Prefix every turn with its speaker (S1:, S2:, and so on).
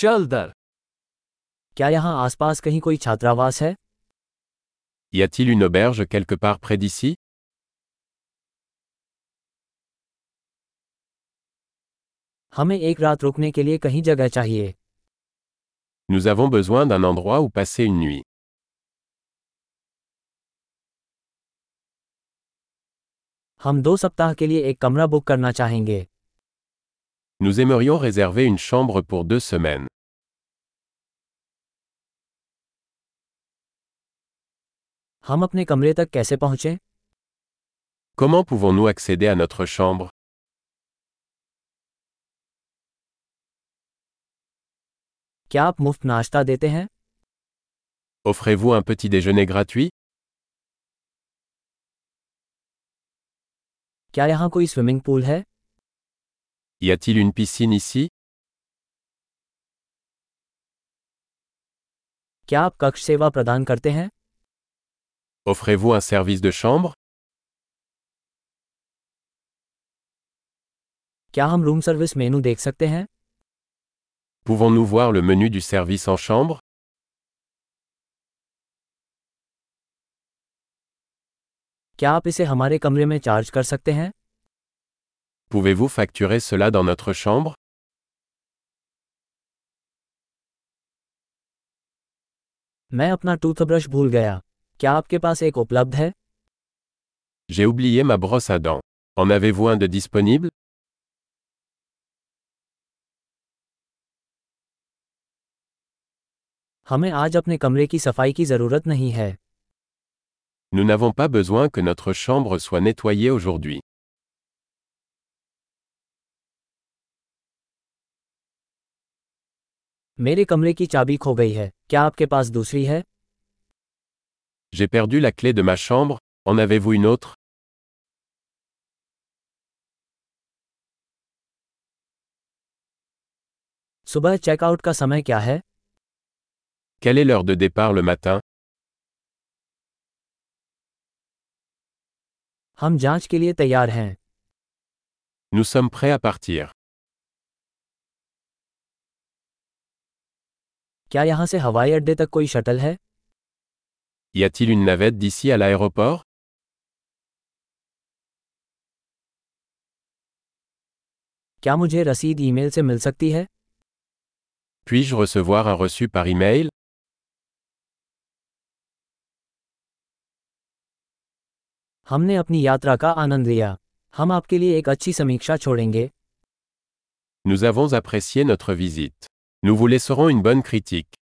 S1: चल दर
S2: क्या यहाँ आसपास कहीं कोई छात्रावास है
S3: Y a-t-il une auberge quelque part près d'ici
S2: हमें एक रात रुकने के लिए कहीं जगह चाहिए
S3: Nous avons besoin d'un endroit où passer une nuit.
S2: हम दो सप्ताह के लिए एक कमरा बुक करना चाहेंगे
S3: Nous aimerions réserver une chambre pour deux semaines.
S2: हम अपने कमरे तक कैसे पहुँचें
S3: Comment pouvons-nous accéder à notre chambre
S2: क्या आप मुफ्त नाश्ता देते हैं
S3: Offrez-vous un petit déjeuner gratuit
S2: क्या यहाँ कोई स्विमिंग पूल है
S3: Y a-t-il une piscine ici
S2: क्या आप कक्ष सेवा प्रदान करते हैं
S3: Offrez-vous un service de chambre
S2: क्या हम रूम सर्विस मेनू देख सकते हैं
S3: Pouvons-nous voir le menu du service en chambre
S2: क्या आप इसे हमारे कमरे में चार्ज कर सकते हैं
S3: Pouvez-vous facturer cela dans notre chambre
S2: मैं अपना टूथब्रश भूल गया क्या आपके पास एक उपलब्ध है
S3: J'ai oublié ma brosse à dents. En avez-vous un de disponible
S2: हमें आज अपने कमरे की सफाई की जरूरत नहीं है
S3: Nous n'avons pas besoin que notre chambre soit nettoyée aujourd'hui.
S2: मेरे कमरे की चाबी खो गई है क्या आपके पास दूसरी है
S3: J'ai perdu la clé de ma chambre, en avez-vous une autre
S2: सुबह चेकआउट का समय क्या है
S3: Quelle est l'heure de départ le matin
S2: हम जांच के लिए तैयार हैं
S3: Nous sommes prêts à partir.
S2: क्या यहाँ से हवाई अड्डे तक कोई शटल है
S3: Y a-t-il une navette d'ici à l'aéroport
S2: क्या मुझे रसीद ईमेल से मिल सकती है
S3: Puis-je recevoir un reçu par email
S2: हमने अपनी यात्रा का आनंद लिया हम आपके लिए एक अच्छी समीक्षा छोड़ेंगे
S3: Nous avons apprécié notre visite. Nous vous laisserons une bonne critique.